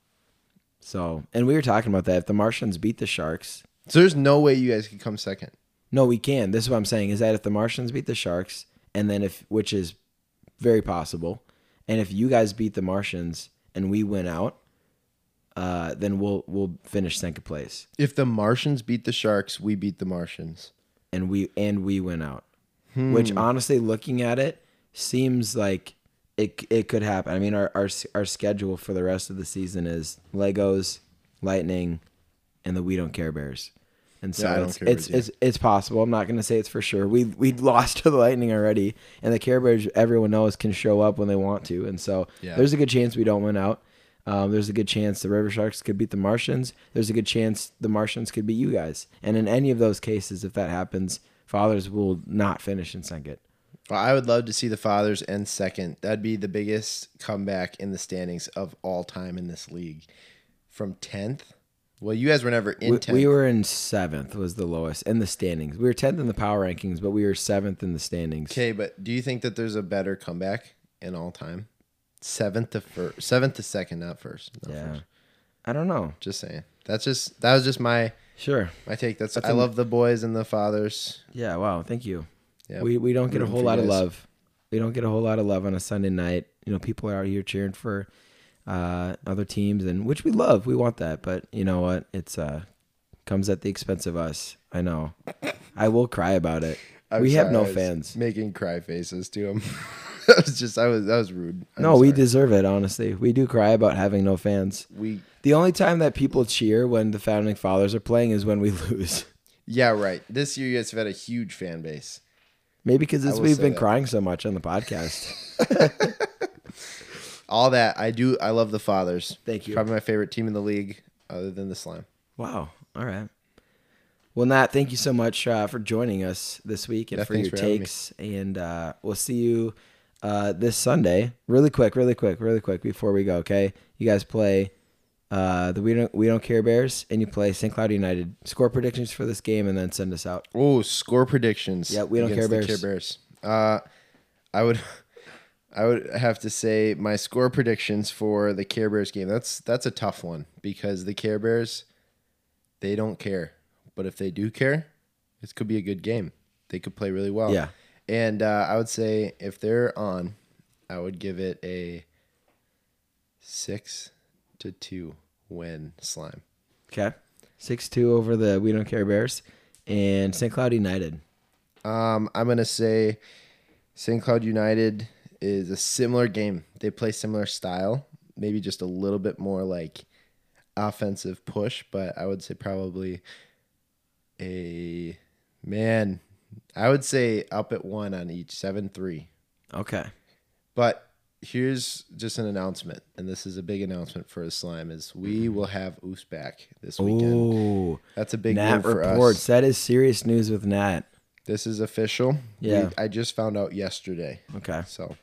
Speaker 1: So, and we were talking about that. If the Martians beat the Sharks,
Speaker 2: So there's no way you guys could come second.
Speaker 1: no, we can. This is what I'm saying: is that if the Martians beat the Sharks, and then if which is very possible, and if you guys beat the Martians and we win out, uh, then we'll we'll finish second place.
Speaker 2: If the Martians beat the sharks, we beat the Martians.
Speaker 1: and we and we went out.
Speaker 2: Hmm.
Speaker 1: Which honestly, looking at it, seems like it it could happen. I mean, our our our schedule for the rest of the season is Legos, Lightning, and the We Don't Care Bears. And so
Speaker 2: Yeah, I don't
Speaker 1: it's
Speaker 2: care
Speaker 1: it's,
Speaker 2: bears, yeah.
Speaker 1: it's it's possible. I'm not going to say it's for sure. We we lost to the Lightning already, and the Care Bears, everyone knows, can show up when they want to. And so
Speaker 2: Yeah.
Speaker 1: there's a good chance we don't win out. Um, there's a good chance the River Sharks could beat the Martians. There's a good chance the Martians could beat you guys. And in any of those cases, if that happens, Fathers will not finish in second.
Speaker 2: Well, I would love to see the fathers end second. That'd be the biggest comeback in the standings of all time in this league. From tenth, well, you guys were never in
Speaker 1: We,
Speaker 2: tenth.
Speaker 1: we were in seventh, was the lowest in the standings. We were tenth in the power rankings, but we were seventh in the standings.
Speaker 2: Okay, but do you think that there's a better comeback in all time? Seventh to first, seventh to second, not first. Not
Speaker 1: Yeah.
Speaker 2: first.
Speaker 1: I don't know.
Speaker 2: Just saying. That's just that was just my
Speaker 1: Sure.
Speaker 2: my take. That's,
Speaker 1: That's
Speaker 2: I
Speaker 1: a-
Speaker 2: love the boys and the fathers.
Speaker 1: Yeah. Wow. Thank you.
Speaker 2: Yeah.
Speaker 1: We we don't get a
Speaker 2: Rooting
Speaker 1: whole
Speaker 2: for
Speaker 1: lot
Speaker 2: you
Speaker 1: of
Speaker 2: guys.
Speaker 1: love We don't get a whole lot of love on a Sunday night. You know, people are out here cheering for uh, other teams, and which we love. We want that, but you know what? It's uh, comes at the expense of us. I know. I will cry about it.
Speaker 2: I'm
Speaker 1: we have
Speaker 2: sorry,
Speaker 1: no
Speaker 2: I was
Speaker 1: fans.
Speaker 2: Making cry faces to him. that was just I was that was rude. I'm
Speaker 1: no, we
Speaker 2: sorry.
Speaker 1: deserve it. Honestly, we do cry about having no fans.
Speaker 2: we
Speaker 1: The only time that people cheer when the founding fathers are playing is when we lose.
Speaker 2: yeah right. This year you guys have had a huge fan base.
Speaker 1: Maybe because
Speaker 2: will
Speaker 1: we've
Speaker 2: say
Speaker 1: been
Speaker 2: that.
Speaker 1: crying so much on the podcast.
Speaker 2: All that I do. I love the Fathers.
Speaker 1: Thank you.
Speaker 2: Probably my favorite team in the league, other than the Slime.
Speaker 1: wow. All right. Well, Nat, thank you so much uh, for joining us this week and
Speaker 2: Yeah,
Speaker 1: for
Speaker 2: thanks
Speaker 1: your
Speaker 2: for having me.
Speaker 1: takes. And uh, we'll see you uh, this Sunday. Really quick, really quick, really quick before we go. Okay, you guys play uh, the we don't we don't care Bears, and you play St. Cloud United. Score predictions for this game, and then send us out.
Speaker 2: Oh, score predictions.
Speaker 1: Yeah, we don't
Speaker 2: against
Speaker 1: care
Speaker 2: the
Speaker 1: Bears.
Speaker 2: Bears. Uh, I would, I would have to say my score predictions for the Care Bears game. That's that's a tough one because the Care Bears, they don't care, but if they do care, this could be a good game. They could play really well.
Speaker 1: Yeah.
Speaker 2: and uh, I would say if they're on, I would give it a six to two win slime.
Speaker 1: Okay, six two over the we don't care Bears and St. Cloud United.
Speaker 2: Um, I'm gonna say St. Cloud United is a similar game. They play similar style, maybe just a little bit more like offensive push, but I would say probably a man. I would say up at one on each seven three.
Speaker 1: Okay.
Speaker 2: But here's just an announcement, and this is a big announcement for the slime: is we will have Oos back this weekend.
Speaker 1: Mm-hmm. Ooh,
Speaker 2: That's a big
Speaker 1: Nat
Speaker 2: deal for
Speaker 1: reports.
Speaker 2: us.
Speaker 1: That is serious news with Nat.
Speaker 2: This is official. We-
Speaker 1: Yeah.
Speaker 2: I just found out yesterday.
Speaker 1: Okay.
Speaker 2: So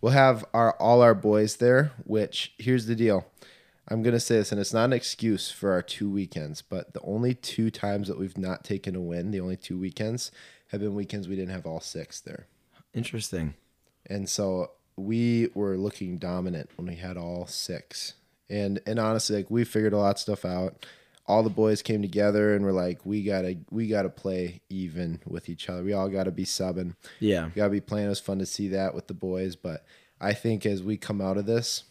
Speaker 2: we'll have our all our boys there, which here's the deal. I'm gonna say this, and it's not an excuse for our two weekends, but the only two times that we've not taken a win, the only two weekends, have been weekends we didn't have all six there.
Speaker 1: Interesting.
Speaker 2: And so we were looking dominant when we had all six. And and honestly, like we figured a lot of stuff out. All the boys came together and were like, we gotta we gotta play even with each other. We all gotta be subbing.
Speaker 1: Yeah.
Speaker 2: We gotta be playing. It was fun to see that with the boys, but I think as we come out of this,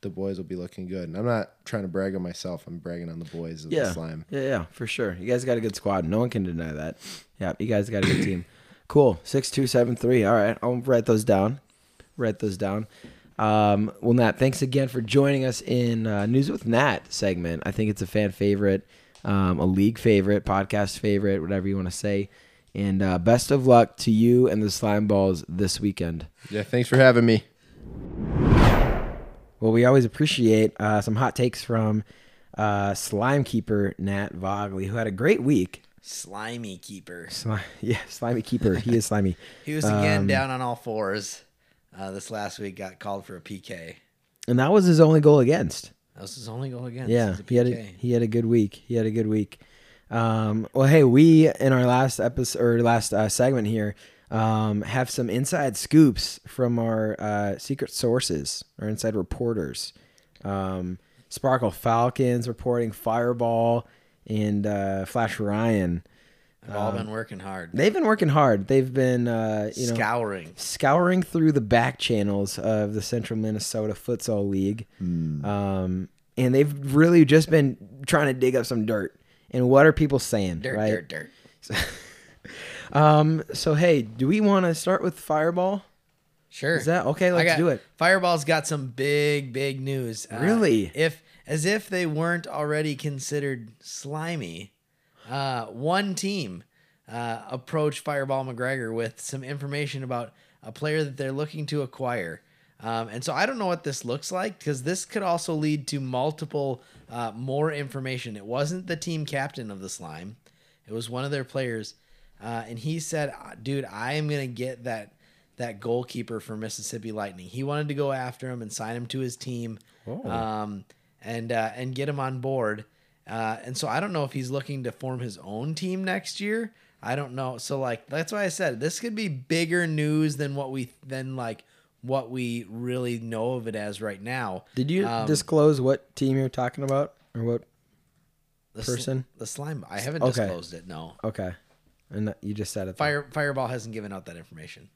Speaker 2: the boys will be looking good. And I'm not trying to brag on myself. I'm bragging on the boys of
Speaker 1: yeah.
Speaker 2: the slime.
Speaker 1: Yeah, yeah, for sure. You guys got a good squad. No one can deny that. Yeah, you guys got a good team. Cool. Six two seven three. All right, I'll write those down. Write those down. Um, well, Nat, thanks again for joining us in uh, News with Nat segment. I think it's a fan favorite, um, a league favorite, podcast favorite, whatever you want to say. And uh, best of luck to you and the Slime Balls this weekend.
Speaker 2: Yeah, thanks for having me.
Speaker 1: Well, we always appreciate uh, some hot takes from uh, Slime Keeper Nat Vogley, who had a great week.
Speaker 5: Slimy keeper.
Speaker 1: Sli- yeah, slimy keeper. He is slimy.
Speaker 5: He was again
Speaker 4: Um,
Speaker 5: down on all fours. Uh, this last week got called for a PK.
Speaker 1: and that was his only goal against.
Speaker 5: That was his only goal against.
Speaker 1: Yeah,
Speaker 5: is a
Speaker 1: he had a,
Speaker 5: PK.
Speaker 1: he had a good week. He had a good week. Um, well, hey, we in our last episode or last uh, segment here um, have some inside scoops from our uh, secret sources, our inside reporters. Um, Sparkle Falcons reporting Fireball and uh, Flash Ryan.
Speaker 5: They've
Speaker 4: um,
Speaker 5: all been working hard.
Speaker 1: They've been working hard. They've been uh, you know
Speaker 5: Scouring.
Speaker 1: scouring through the back channels of the Central Minnesota Futsal League, um, and they've really just been trying to dig up some dirt. And what are people saying,
Speaker 5: Dirt,
Speaker 1: right?
Speaker 5: dirt, dirt.
Speaker 1: Um, so hey, do we want to start with Fireball?
Speaker 5: Sure.
Speaker 1: Is that okay?
Speaker 5: I
Speaker 1: Let's
Speaker 5: got-
Speaker 1: do it.
Speaker 5: Fireball's got some big, big news. Uh,
Speaker 1: Really?
Speaker 5: If as if they weren't already considered slimy, uh, one team uh, approached Fireball McGregor with some information about a player that they're looking to acquire. Um, and so I don't know what this looks like because this could also lead to multiple uh, more information. It wasn't the team captain of the slime; it was one of their players, uh, and he said, "Dude, I am gonna get that that goalkeeper for Mississippi Lightning. He wanted to go after him and sign him to his team,
Speaker 1: Oh.
Speaker 5: um, and uh, and get him on board. Uh, and so I don't know if he's looking to form his own team next year. I don't know. So like that's why I said this could be bigger news than what we than like what we really know of it as right now.
Speaker 1: Did you
Speaker 5: Um,
Speaker 1: disclose what team you're talking about or what?
Speaker 5: the sl-
Speaker 1: person?
Speaker 5: the slime? I haven't
Speaker 1: Okay.
Speaker 5: disclosed it. No,
Speaker 1: Okay, and you just said it.
Speaker 5: Fire Fireball hasn't given out that information.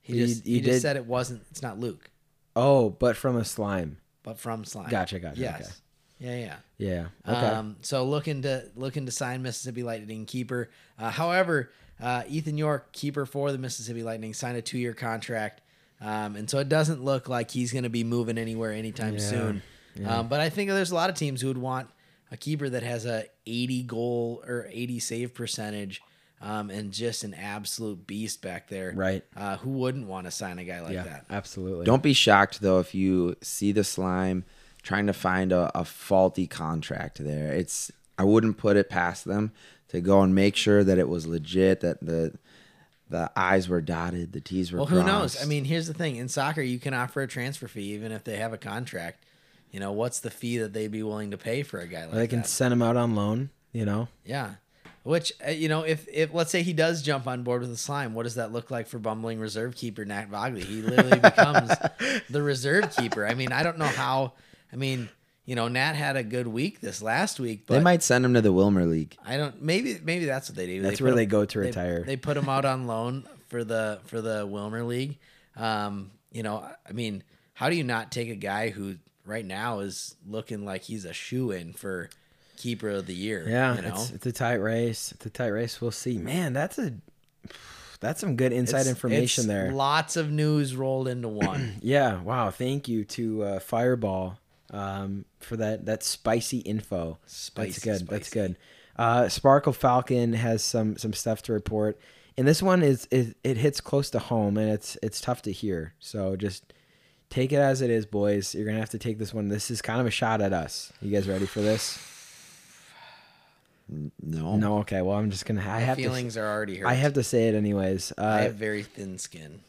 Speaker 5: He
Speaker 1: You-
Speaker 5: just
Speaker 1: you
Speaker 5: he
Speaker 1: did-
Speaker 5: just said it wasn't. It's not Luke,
Speaker 1: Oh, but from a slime.
Speaker 5: but from slime.
Speaker 1: Gotcha, gotcha, okay.
Speaker 5: Yes. Yeah. Yeah.
Speaker 1: Yeah. Okay.
Speaker 5: Um, so looking to looking to sign Mississippi Lightning keeper. Uh, however, uh, Ethan York, keeper for the Mississippi Lightning, signed a two year contract, um, and so it doesn't look like he's going to be moving anywhere anytime soon. Um, but I think there's a lot of teams who would want a keeper that has a 80 goal or 80 save percentage. Um, and just an absolute beast back there.
Speaker 1: Right.
Speaker 5: Uh, who wouldn't want to sign a guy like
Speaker 1: yeah.
Speaker 5: that?
Speaker 1: Absolutely.
Speaker 4: Don't be shocked though if you see the slime trying to find a, a faulty contract there. It's I wouldn't put it past them to go and make sure that it was legit, that the the I's were dotted, the T's were
Speaker 5: Well, who
Speaker 4: crossed.
Speaker 5: knows? I mean, here's the thing: in soccer, you can offer a transfer fee even if they have a contract. You know, what's the fee that they'd be willing to pay for a guy like
Speaker 1: Or they can
Speaker 5: that?
Speaker 1: send him out on loan. You know.
Speaker 5: Yeah. Which uh, you know, if if let's say he does jump on board with the slime, what does that look like for bumbling reserve keeper Nat Vogley? He literally becomes the reserve keeper. I mean, I don't know how. I mean, you know, Nat had a good week this last week, but
Speaker 4: they might send him to the Wilmer League.
Speaker 5: I don't. Maybe maybe that's what they do.
Speaker 1: That's
Speaker 5: put
Speaker 1: where they
Speaker 5: him-
Speaker 1: go to
Speaker 5: they-
Speaker 1: retire.
Speaker 5: They, put him out on loan for the for the Wilmer League. Um, you know, I mean, how do you not take a guy who right now is looking like he's a shoe in for keeper of the year?
Speaker 1: Yeah.
Speaker 5: you know,
Speaker 1: It's, it's a tight race. It's a tight race. We'll see. Man, that's a that's some good inside
Speaker 5: It's-
Speaker 1: information
Speaker 5: it's
Speaker 1: there.
Speaker 5: Lots of news rolled into one.
Speaker 1: Yeah. Wow. Thank you to uh, Fireball um, for that that spicy info.
Speaker 5: Spicy,
Speaker 1: That's good. That's
Speaker 5: spicy.
Speaker 1: good. Uh, Sparkle Falcon has some some stuff to report, and this one is it, it hits close to home, and it's it's tough to hear. So just take it as it is, boys. You're gonna have to take this one. This is kind of a shot at us. You guys ready for this?
Speaker 4: No.
Speaker 1: No. Okay. Well, I'm just gonna. I have
Speaker 5: Feelings
Speaker 1: to.
Speaker 5: are already hurt.
Speaker 1: I have to say it anyways. Uh,
Speaker 5: I have very thin skin.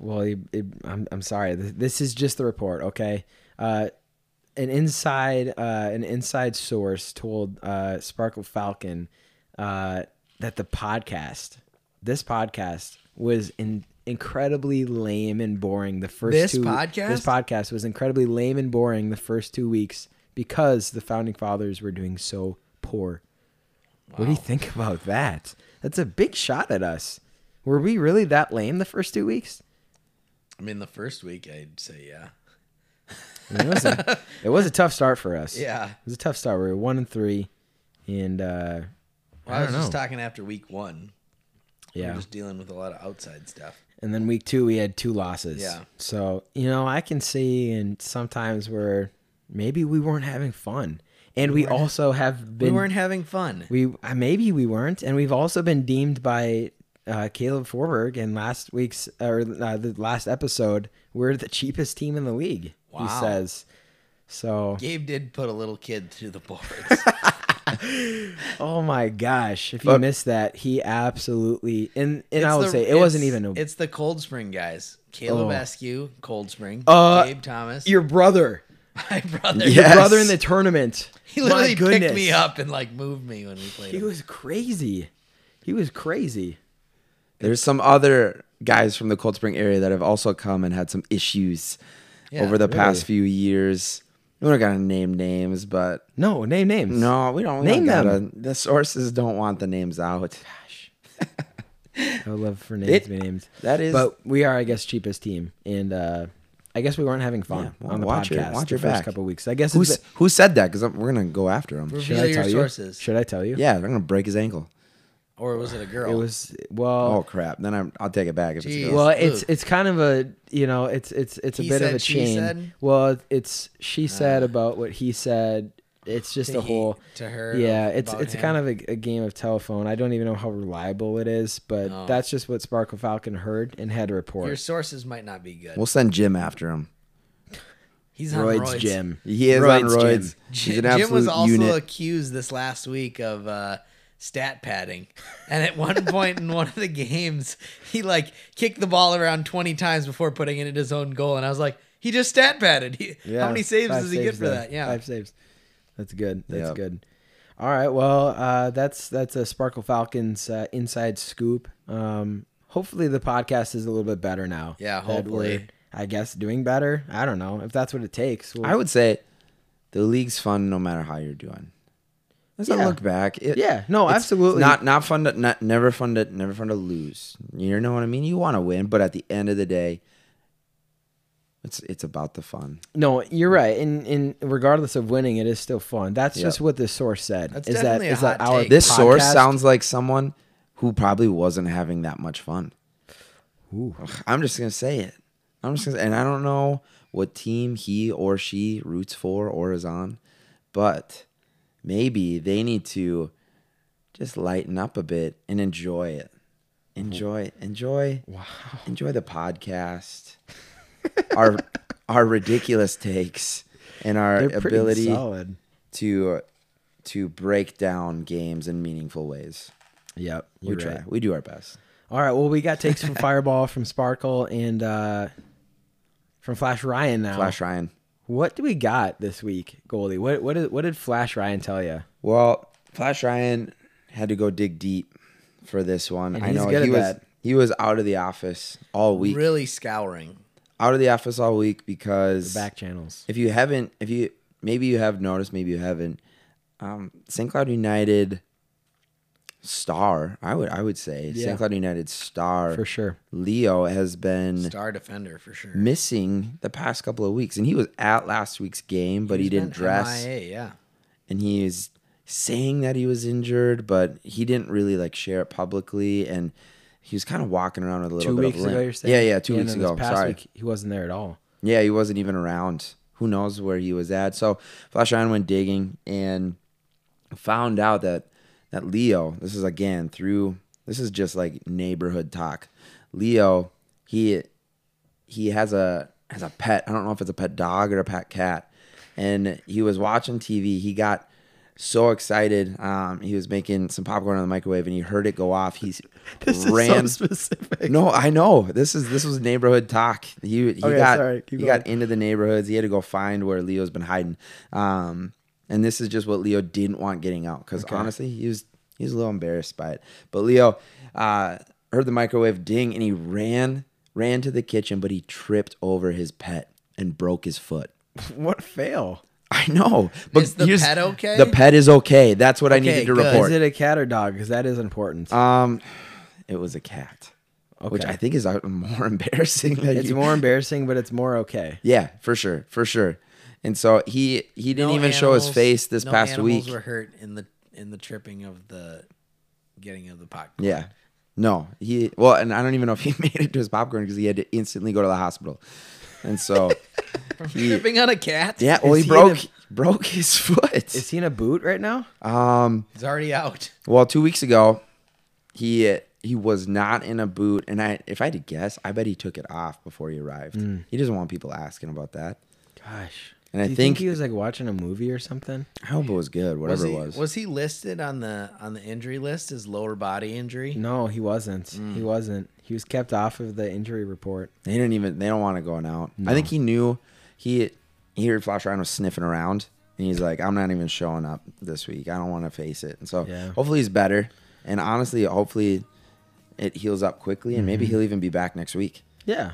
Speaker 1: Well, it, it, I'm, I'm sorry. Th- This is just the report, okay? Uh, an inside uh, an inside source told uh, Sparkle Falcon uh, that the podcast, this podcast, was in, incredibly lame and boring. The first
Speaker 5: This
Speaker 1: two,
Speaker 5: podcast?
Speaker 1: this podcast was incredibly lame and boring the first two weeks because the founding fathers were doing so poor. What do you think about that? That's a big shot at us. Were we really that lame the first two weeks?
Speaker 5: I mean, the first week I'd say yeah.
Speaker 1: I mean, it, was a, it was a tough start for us.
Speaker 5: Yeah.
Speaker 1: It was a tough start. We were one and three, and uh, I
Speaker 5: Well, I, was
Speaker 1: don't
Speaker 5: just
Speaker 1: know.
Speaker 5: talking after week one. We
Speaker 1: yeah.
Speaker 5: We're just dealing with a lot of outside stuff.
Speaker 1: And then week two, we had two losses.
Speaker 5: Yeah.
Speaker 1: So you know, I can see, and sometimes we're maybe we weren't having fun, and we, also have been
Speaker 5: we weren't having fun.
Speaker 1: we uh, maybe we weren't, and we've also been deemed by uh, Caleb Forberg in last week's or uh, the last episode we're the cheapest team in the league. He
Speaker 5: Wow.
Speaker 1: says. So
Speaker 5: Gabe did put a little kid through the boards.
Speaker 1: Oh my gosh! If you missed that, he absolutely and and I would
Speaker 5: It's the-
Speaker 1: say it wasn't
Speaker 5: it's-
Speaker 1: even a,
Speaker 5: It's the Cold Spring guys. Caleb
Speaker 1: Oh.
Speaker 5: Askew, Cold Spring.
Speaker 1: Uh,
Speaker 5: Gabe Thomas,
Speaker 1: your brother,
Speaker 5: my brother.
Speaker 1: your
Speaker 4: Yes.
Speaker 1: brother in the tournament.
Speaker 5: He literally
Speaker 1: my goodness.
Speaker 5: picked me up and like moved me when we played.
Speaker 1: He
Speaker 5: him.
Speaker 1: was crazy. He was crazy.
Speaker 4: There's some other guys from the Cold Spring area that have also come and had some issues
Speaker 5: Yeah,
Speaker 4: over the past few years. We're not gonna name names, but
Speaker 1: No name names.
Speaker 4: no, we don't we don't
Speaker 1: Name them.
Speaker 4: gotta- The sources don't want the names out.
Speaker 1: I would love for names
Speaker 4: It-
Speaker 1: to be named.
Speaker 4: that is-
Speaker 1: but we are, I guess, cheapest team, and uh I guess we weren't having fun
Speaker 4: Yeah, well,
Speaker 1: on the
Speaker 4: watch your-
Speaker 1: podcast
Speaker 4: watch your
Speaker 1: the first
Speaker 4: back.
Speaker 1: couple weeks. I guess
Speaker 4: Who
Speaker 1: it's
Speaker 4: s- who said that? Because we're gonna go after him.
Speaker 1: been-
Speaker 5: Reveal
Speaker 1: should I
Speaker 5: your
Speaker 1: tell you?
Speaker 5: sources,
Speaker 1: Should I tell you?
Speaker 4: Yeah, they're gonna break his ankle.
Speaker 5: or was it a girl?
Speaker 1: It was well.
Speaker 4: Oh crap! Then I'm, I'll take it back. If it's a
Speaker 5: Jeez.
Speaker 4: girl.
Speaker 1: Well,
Speaker 5: Luke.
Speaker 1: it's it's kind of a you know it's it's it's a
Speaker 5: He
Speaker 1: bit of
Speaker 5: said,
Speaker 1: a
Speaker 5: she
Speaker 1: chain.
Speaker 5: said?
Speaker 1: Well, it's she said about what he said. It's just
Speaker 5: To
Speaker 1: a
Speaker 5: he-
Speaker 1: whole
Speaker 5: to her
Speaker 1: Yeah,
Speaker 5: of-
Speaker 1: it's
Speaker 5: about
Speaker 1: it's
Speaker 5: him.
Speaker 1: kind of a, a game of telephone. I don't even know how reliable it is, but
Speaker 5: No.
Speaker 1: that's just what Sparkle Falcon heard and had to report.
Speaker 5: Your sources might not be good.
Speaker 4: we'll send Jim after him.
Speaker 5: He's on
Speaker 1: Roids,
Speaker 5: roids,
Speaker 1: Jim.
Speaker 4: He is on
Speaker 1: Roids, Jim.
Speaker 4: roids. He's
Speaker 5: Jim,
Speaker 4: an
Speaker 5: Jim
Speaker 4: absolute
Speaker 5: was also
Speaker 4: unit.
Speaker 5: accused this last week of uh, stat padding, and at one point in one of the games, he like kicked the ball around twenty times before putting it in his own goal, and I was like, he just stat padded. He,
Speaker 1: Yeah,
Speaker 5: how many saves
Speaker 1: five
Speaker 5: does he get
Speaker 1: saves
Speaker 5: for
Speaker 1: there.
Speaker 5: that? Yeah,
Speaker 1: five saves. That's good. That's
Speaker 4: Yep.
Speaker 1: good. All right. Well, uh, that's that's a Sparkle Falcons uh, inside scoop. Um, hopefully, the podcast is a little bit better now.
Speaker 5: Yeah,
Speaker 1: that we're,
Speaker 5: hopefully.
Speaker 1: I guess doing better. I don't know if that's what it takes. We'll-
Speaker 4: I would say the league's fun no matter how you're doing. As I
Speaker 1: Yeah.
Speaker 4: look back, it,
Speaker 1: Yeah, no,
Speaker 4: it's
Speaker 1: absolutely.
Speaker 4: Not not fun to not never fun to never fun to lose. You know what I mean? You want to win, but at the end of the day, it's it's about the fun.
Speaker 1: No, you're right. And in regardless of winning, it is still fun. That's
Speaker 4: Yeah.
Speaker 1: just what this source said.
Speaker 5: That's
Speaker 1: is that
Speaker 5: definitely a
Speaker 1: is that
Speaker 5: hot
Speaker 1: our
Speaker 5: take.
Speaker 4: This source
Speaker 1: podcast-
Speaker 4: sounds like someone who probably wasn't having that much fun. Ugh, I'm just gonna say it. I'm just gonna, and I don't know what team he or she roots for or is on, but maybe they need to just lighten up a bit and enjoy it. Enjoy, enjoy, wow. enjoy the podcast. our our ridiculous takes and our
Speaker 1: They're pretty
Speaker 4: ability
Speaker 1: solid.
Speaker 4: to to break down games in meaningful ways.
Speaker 1: Yep,
Speaker 4: We
Speaker 1: you're
Speaker 4: try.
Speaker 1: right.
Speaker 4: We do our best.
Speaker 1: All right. Well, we got takes from Fireball, from Sparkle, and uh from Flash Ryan now.
Speaker 4: Flash Ryan.
Speaker 1: What do we got this week, Goldie? What what did what did Flash Ryan tell you?
Speaker 4: Well, Flash Ryan had to go dig deep for this one.
Speaker 1: And
Speaker 4: I
Speaker 1: he's
Speaker 4: know
Speaker 1: good
Speaker 4: he
Speaker 1: at
Speaker 4: was
Speaker 1: that.
Speaker 4: he was out of the office all week.
Speaker 5: Really scouring.
Speaker 4: Out of the office all week because
Speaker 1: Back channels.
Speaker 4: if you haven't, if you maybe you have noticed, maybe you haven't. Um, St. Cloud United star, I would I would say
Speaker 1: Yeah.
Speaker 4: St. Cloud United star
Speaker 1: For sure.
Speaker 4: Leo has been
Speaker 5: Star defender for sure.
Speaker 4: missing the past couple of weeks, and he was at last week's game, but he,
Speaker 5: He's
Speaker 4: didn't
Speaker 5: been
Speaker 4: dress,
Speaker 5: MIA, yeah.
Speaker 4: and he's saying that he was injured, but he didn't really like share it publicly, and he was kind of walking around with a little
Speaker 1: Two
Speaker 4: bit
Speaker 1: weeks
Speaker 4: of limp.
Speaker 1: ago, you're saying?
Speaker 4: yeah, yeah, two
Speaker 1: And
Speaker 4: weeks
Speaker 1: then this
Speaker 4: ago.
Speaker 1: past
Speaker 4: Sorry,
Speaker 1: week, he wasn't there at all.
Speaker 4: yeah, he wasn't even around. Who knows where he was at? So Flash Ryan went digging and found out that that Leo. This is again through. This is just like neighborhood talk. Leo, he he has a has a pet. I don't know if it's a pet dog or a pet cat. And he was watching TV. He got so excited. Um, he was making some popcorn in the microwave, and he heard it go off. He ran.
Speaker 1: specific.
Speaker 4: No, I know. This is this was neighborhood talk. He he
Speaker 1: Okay,
Speaker 4: got
Speaker 1: sorry,
Speaker 4: he
Speaker 1: keep
Speaker 4: got into the neighborhoods. He had to go find where Leo's been hiding. Um, and this is just what Leo didn't want getting out because honestly, he was he was a little embarrassed by it. But Leo uh, heard the microwave ding and he ran ran to the kitchen, but he tripped over his pet and broke his foot.
Speaker 1: What a fail?
Speaker 4: I know, but
Speaker 5: Is the
Speaker 4: here's-
Speaker 5: pet okay?
Speaker 4: The pet is okay. That's what I needed to
Speaker 5: good.
Speaker 4: report.
Speaker 1: Is it a cat or dog? Because that is important.
Speaker 4: um, it was a cat, which
Speaker 1: Okay.
Speaker 4: I think is uh, more embarrassing. Than
Speaker 1: it's
Speaker 4: you-
Speaker 1: more embarrassing, but it's more okay.
Speaker 4: Yeah, for sure, for sure. And so he he didn't
Speaker 5: No
Speaker 4: even show his
Speaker 5: animals-
Speaker 4: face this
Speaker 5: no
Speaker 4: past
Speaker 5: animals
Speaker 4: week.
Speaker 5: Were hurt in the in the tripping of the getting of the pot.
Speaker 4: yeah. No, he well, and I don't even know if he made it to his popcorn because he had to instantly go to the hospital. And so
Speaker 5: tripping on a cat.
Speaker 4: yeah, well,
Speaker 1: Is
Speaker 4: he,
Speaker 1: he in
Speaker 4: broke broke his foot.
Speaker 1: Is he in a boot right now?
Speaker 4: um,
Speaker 5: it's already out.
Speaker 4: well, two weeks ago, he he was not in a boot, and I if I had to guess, I bet he took it off before he arrived. He doesn't want people asking about that.
Speaker 1: Gosh.
Speaker 4: And I
Speaker 1: Do you
Speaker 4: think-
Speaker 1: he was like watching a movie or something.
Speaker 4: I hope it was good,
Speaker 5: Was
Speaker 4: whatever
Speaker 5: he,
Speaker 4: it was.
Speaker 5: was he listed on the on the injury list as lower body injury?
Speaker 1: No, he wasn't.
Speaker 4: Mm.
Speaker 1: He wasn't. He was kept off of the injury report.
Speaker 4: They didn't even. They don't want to go out. I think he knew. He he heard Flash Ryan was sniffing around, and he's like, "I'm not even showing up this week. I don't want to face it." And so,
Speaker 1: Yeah.
Speaker 4: hopefully, he's better. And honestly, hopefully, it heals up quickly, and maybe he'll even be back next week.
Speaker 1: Yeah.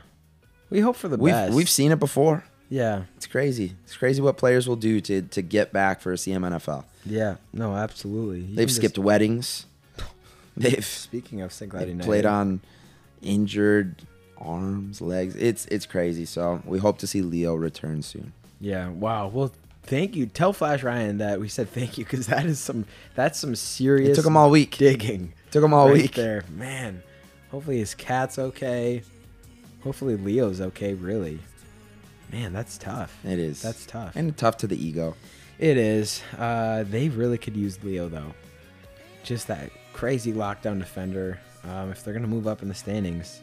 Speaker 1: We hope for Mm-hmm. the
Speaker 4: We've
Speaker 1: best.
Speaker 4: we've seen it before.
Speaker 1: Yeah.
Speaker 4: It's crazy. It's crazy what players will do to to get back for a CMNFL.
Speaker 1: Yeah. No, absolutely. You can
Speaker 4: They've
Speaker 1: just-
Speaker 4: skipped weddings. They've
Speaker 1: Speaking of St. Cloud
Speaker 4: they
Speaker 1: United,
Speaker 4: played on injured arms, legs. It's it's crazy. So we hope to see Leo return soon.
Speaker 1: Yeah. Wow. Well, thank you. Tell Flash Ryan that we said thank you because that is some that's some serious.
Speaker 4: It took him all week.
Speaker 1: digging.
Speaker 4: Took him all
Speaker 1: right
Speaker 4: week.
Speaker 1: there, man. Hopefully his cat's okay. Hopefully Leo's okay. Really, man, that's tough.
Speaker 4: It is.
Speaker 1: That's tough.
Speaker 4: And tough to the ego.
Speaker 1: It is. Uh, they really could use Leo though. Just that crazy lockdown defender. Um, if they're gonna move up in the standings,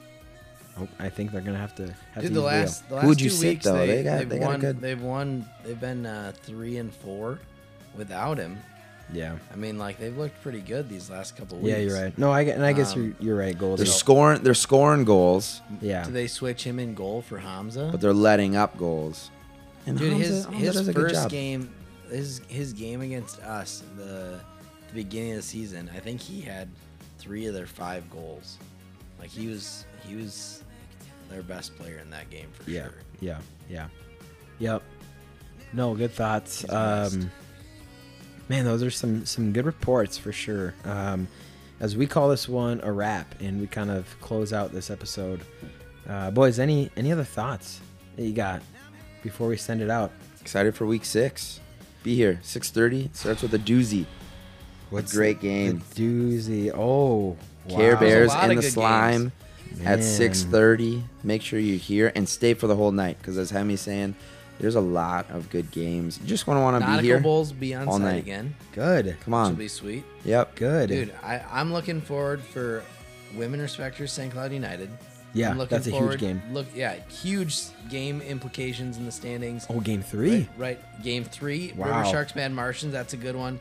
Speaker 1: oh, I think they're gonna have to. Have to
Speaker 5: Dude,
Speaker 1: use
Speaker 5: the
Speaker 1: Leo.
Speaker 5: last the last
Speaker 4: Who would you
Speaker 5: two
Speaker 4: sit,
Speaker 5: weeks
Speaker 4: though?
Speaker 5: they,
Speaker 4: They got-
Speaker 5: have
Speaker 4: they got a
Speaker 5: won.
Speaker 4: good-
Speaker 5: They've won. They've been uh, three and four without him.
Speaker 1: Yeah.
Speaker 5: I mean, like they've looked pretty good these last couple weeks.
Speaker 1: Yeah, you're right. No, I get- and I guess
Speaker 5: Um,
Speaker 1: you're, you're right.
Speaker 4: They're
Speaker 1: Golden.
Speaker 4: scoring they're scoring goals,
Speaker 1: Yeah.
Speaker 5: Do they switch him in goal for Hamza?
Speaker 4: but they're letting up goals. And
Speaker 5: Dude,
Speaker 4: Hamza-
Speaker 5: his
Speaker 4: Hamza does
Speaker 5: his
Speaker 4: a good
Speaker 5: first
Speaker 4: job.
Speaker 5: game, his his game against us, the the beginning of the season, I think he had three of their five goals. Like he was he was their best player in that game for
Speaker 1: yeah,
Speaker 5: sure.
Speaker 1: yeah, yeah, yep. No, good thoughts.
Speaker 5: He's
Speaker 1: Um, Man, those are some some good reports for sure. Um, as we call this one a wrap, and we kind of close out this episode. Uh, boys, any any other thoughts that you got before we send it out?
Speaker 4: Excited for week six. Be here. Six thirty. Starts with a doozy. What great game.
Speaker 1: The doozy. Oh, wow.
Speaker 4: Care Bears
Speaker 5: lot
Speaker 4: and
Speaker 5: of
Speaker 4: the
Speaker 5: good
Speaker 4: Slime at
Speaker 1: Man.
Speaker 4: 6:30. Make sure you're here and stay for the whole night because as Hemi's saying, there's a lot of good games. You just want to want to be
Speaker 5: Nautical
Speaker 4: here.
Speaker 5: Bowls be on
Speaker 4: all
Speaker 5: site
Speaker 4: night.
Speaker 5: again,
Speaker 1: Good.
Speaker 4: Come
Speaker 5: which will
Speaker 4: on.
Speaker 5: be sweet.
Speaker 4: Yep.
Speaker 1: Good.
Speaker 5: Dude, I, I'm looking forward for Women Respecters St. Cloud United.
Speaker 1: Yeah,
Speaker 5: I'm looking
Speaker 1: that's a huge
Speaker 5: forward-
Speaker 1: game.
Speaker 5: Look, yeah, huge game implications in the standings.
Speaker 1: Oh, game three.
Speaker 5: Right, right. Game three,
Speaker 1: Wow.
Speaker 5: River Sharks, Bad Martians. That's a good one.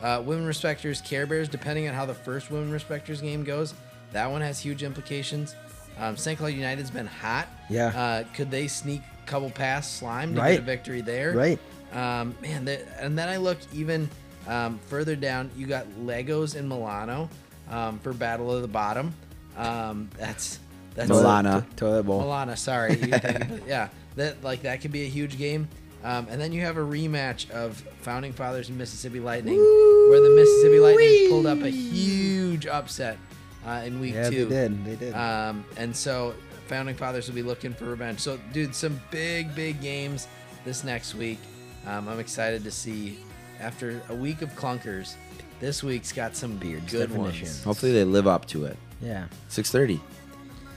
Speaker 5: Uh, women Respecters, Care Bears. Depending on how the first Women Respecters game goes, that one has huge implications. Um, St. Cloud United's been hot.
Speaker 1: Yeah.
Speaker 5: Uh, could they sneak couple past Slime to
Speaker 1: Right.
Speaker 5: get a victory there?
Speaker 1: Right.
Speaker 5: Um, man, the, and then I looked even um, further down. You got Legos in Milano um, for Battle of the Bottom. Um, that's that's
Speaker 4: Milano.
Speaker 1: Toilet- Toilet bowl.
Speaker 5: Milana, sorry. You think- yeah, that like that could be a huge game. Um, and then you have a rematch of Founding Fathers and Mississippi Lightning, where the Mississippi Lightning pulled up a huge upset uh, in week
Speaker 1: Yeah,
Speaker 5: two.
Speaker 1: they did. They did.
Speaker 5: Um, and so Founding Fathers will be looking for revenge. So, dude, some big, big games this next week. Um, I'm excited to see after a week of clunkers. This week's got some
Speaker 1: Beards
Speaker 5: good
Speaker 1: definition.
Speaker 5: ones.
Speaker 4: Hopefully they live up to it.
Speaker 1: yeah.
Speaker 4: 6:30.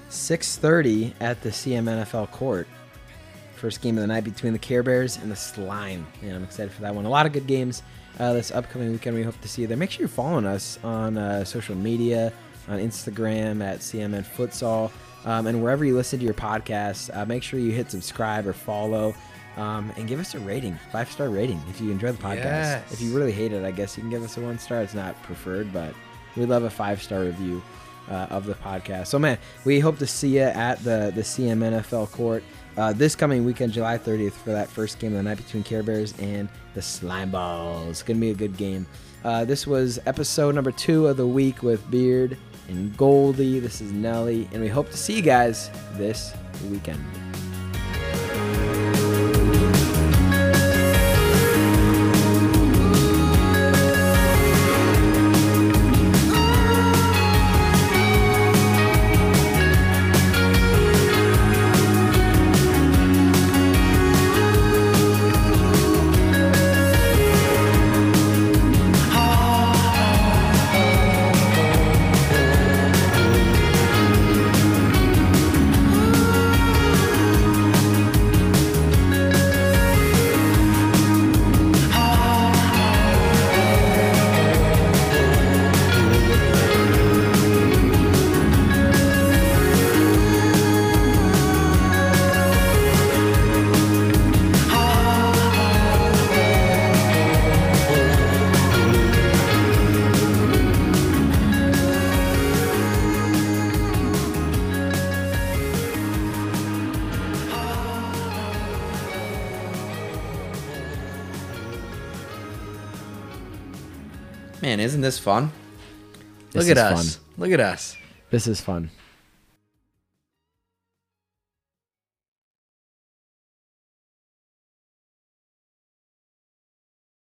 Speaker 1: 6:30 at the CMNFL court. First game of the night between the Care Bears and the Slime. Man, I'm excited for that one. A lot of good games uh, this upcoming weekend. We hope to see you there. Make sure you're following us on uh, social media, on Instagram at CMN Futsal, um, and wherever you listen to your podcast. Uh, make sure you hit subscribe or follow, um, and give us a rating, five star rating if you enjoy the podcast.
Speaker 5: Yes.
Speaker 1: If you really hate it, I guess you can give us a one star. It's not preferred, but we love a five star review uh, of the podcast. So man, we hope to see you at the the CMNFL court uh, this coming weekend, July 30th, for that first game of the night between Care Bears and the Slime Balls. Gonna be a good game. Uh, this was episode number two of the week with Beard and Goldie. This is Nelly, and we hope to see you guys this weekend.
Speaker 4: Man, isn't this fun?
Speaker 1: This is
Speaker 5: Look at us.
Speaker 1: Fun.
Speaker 5: Look at us.
Speaker 1: This is fun.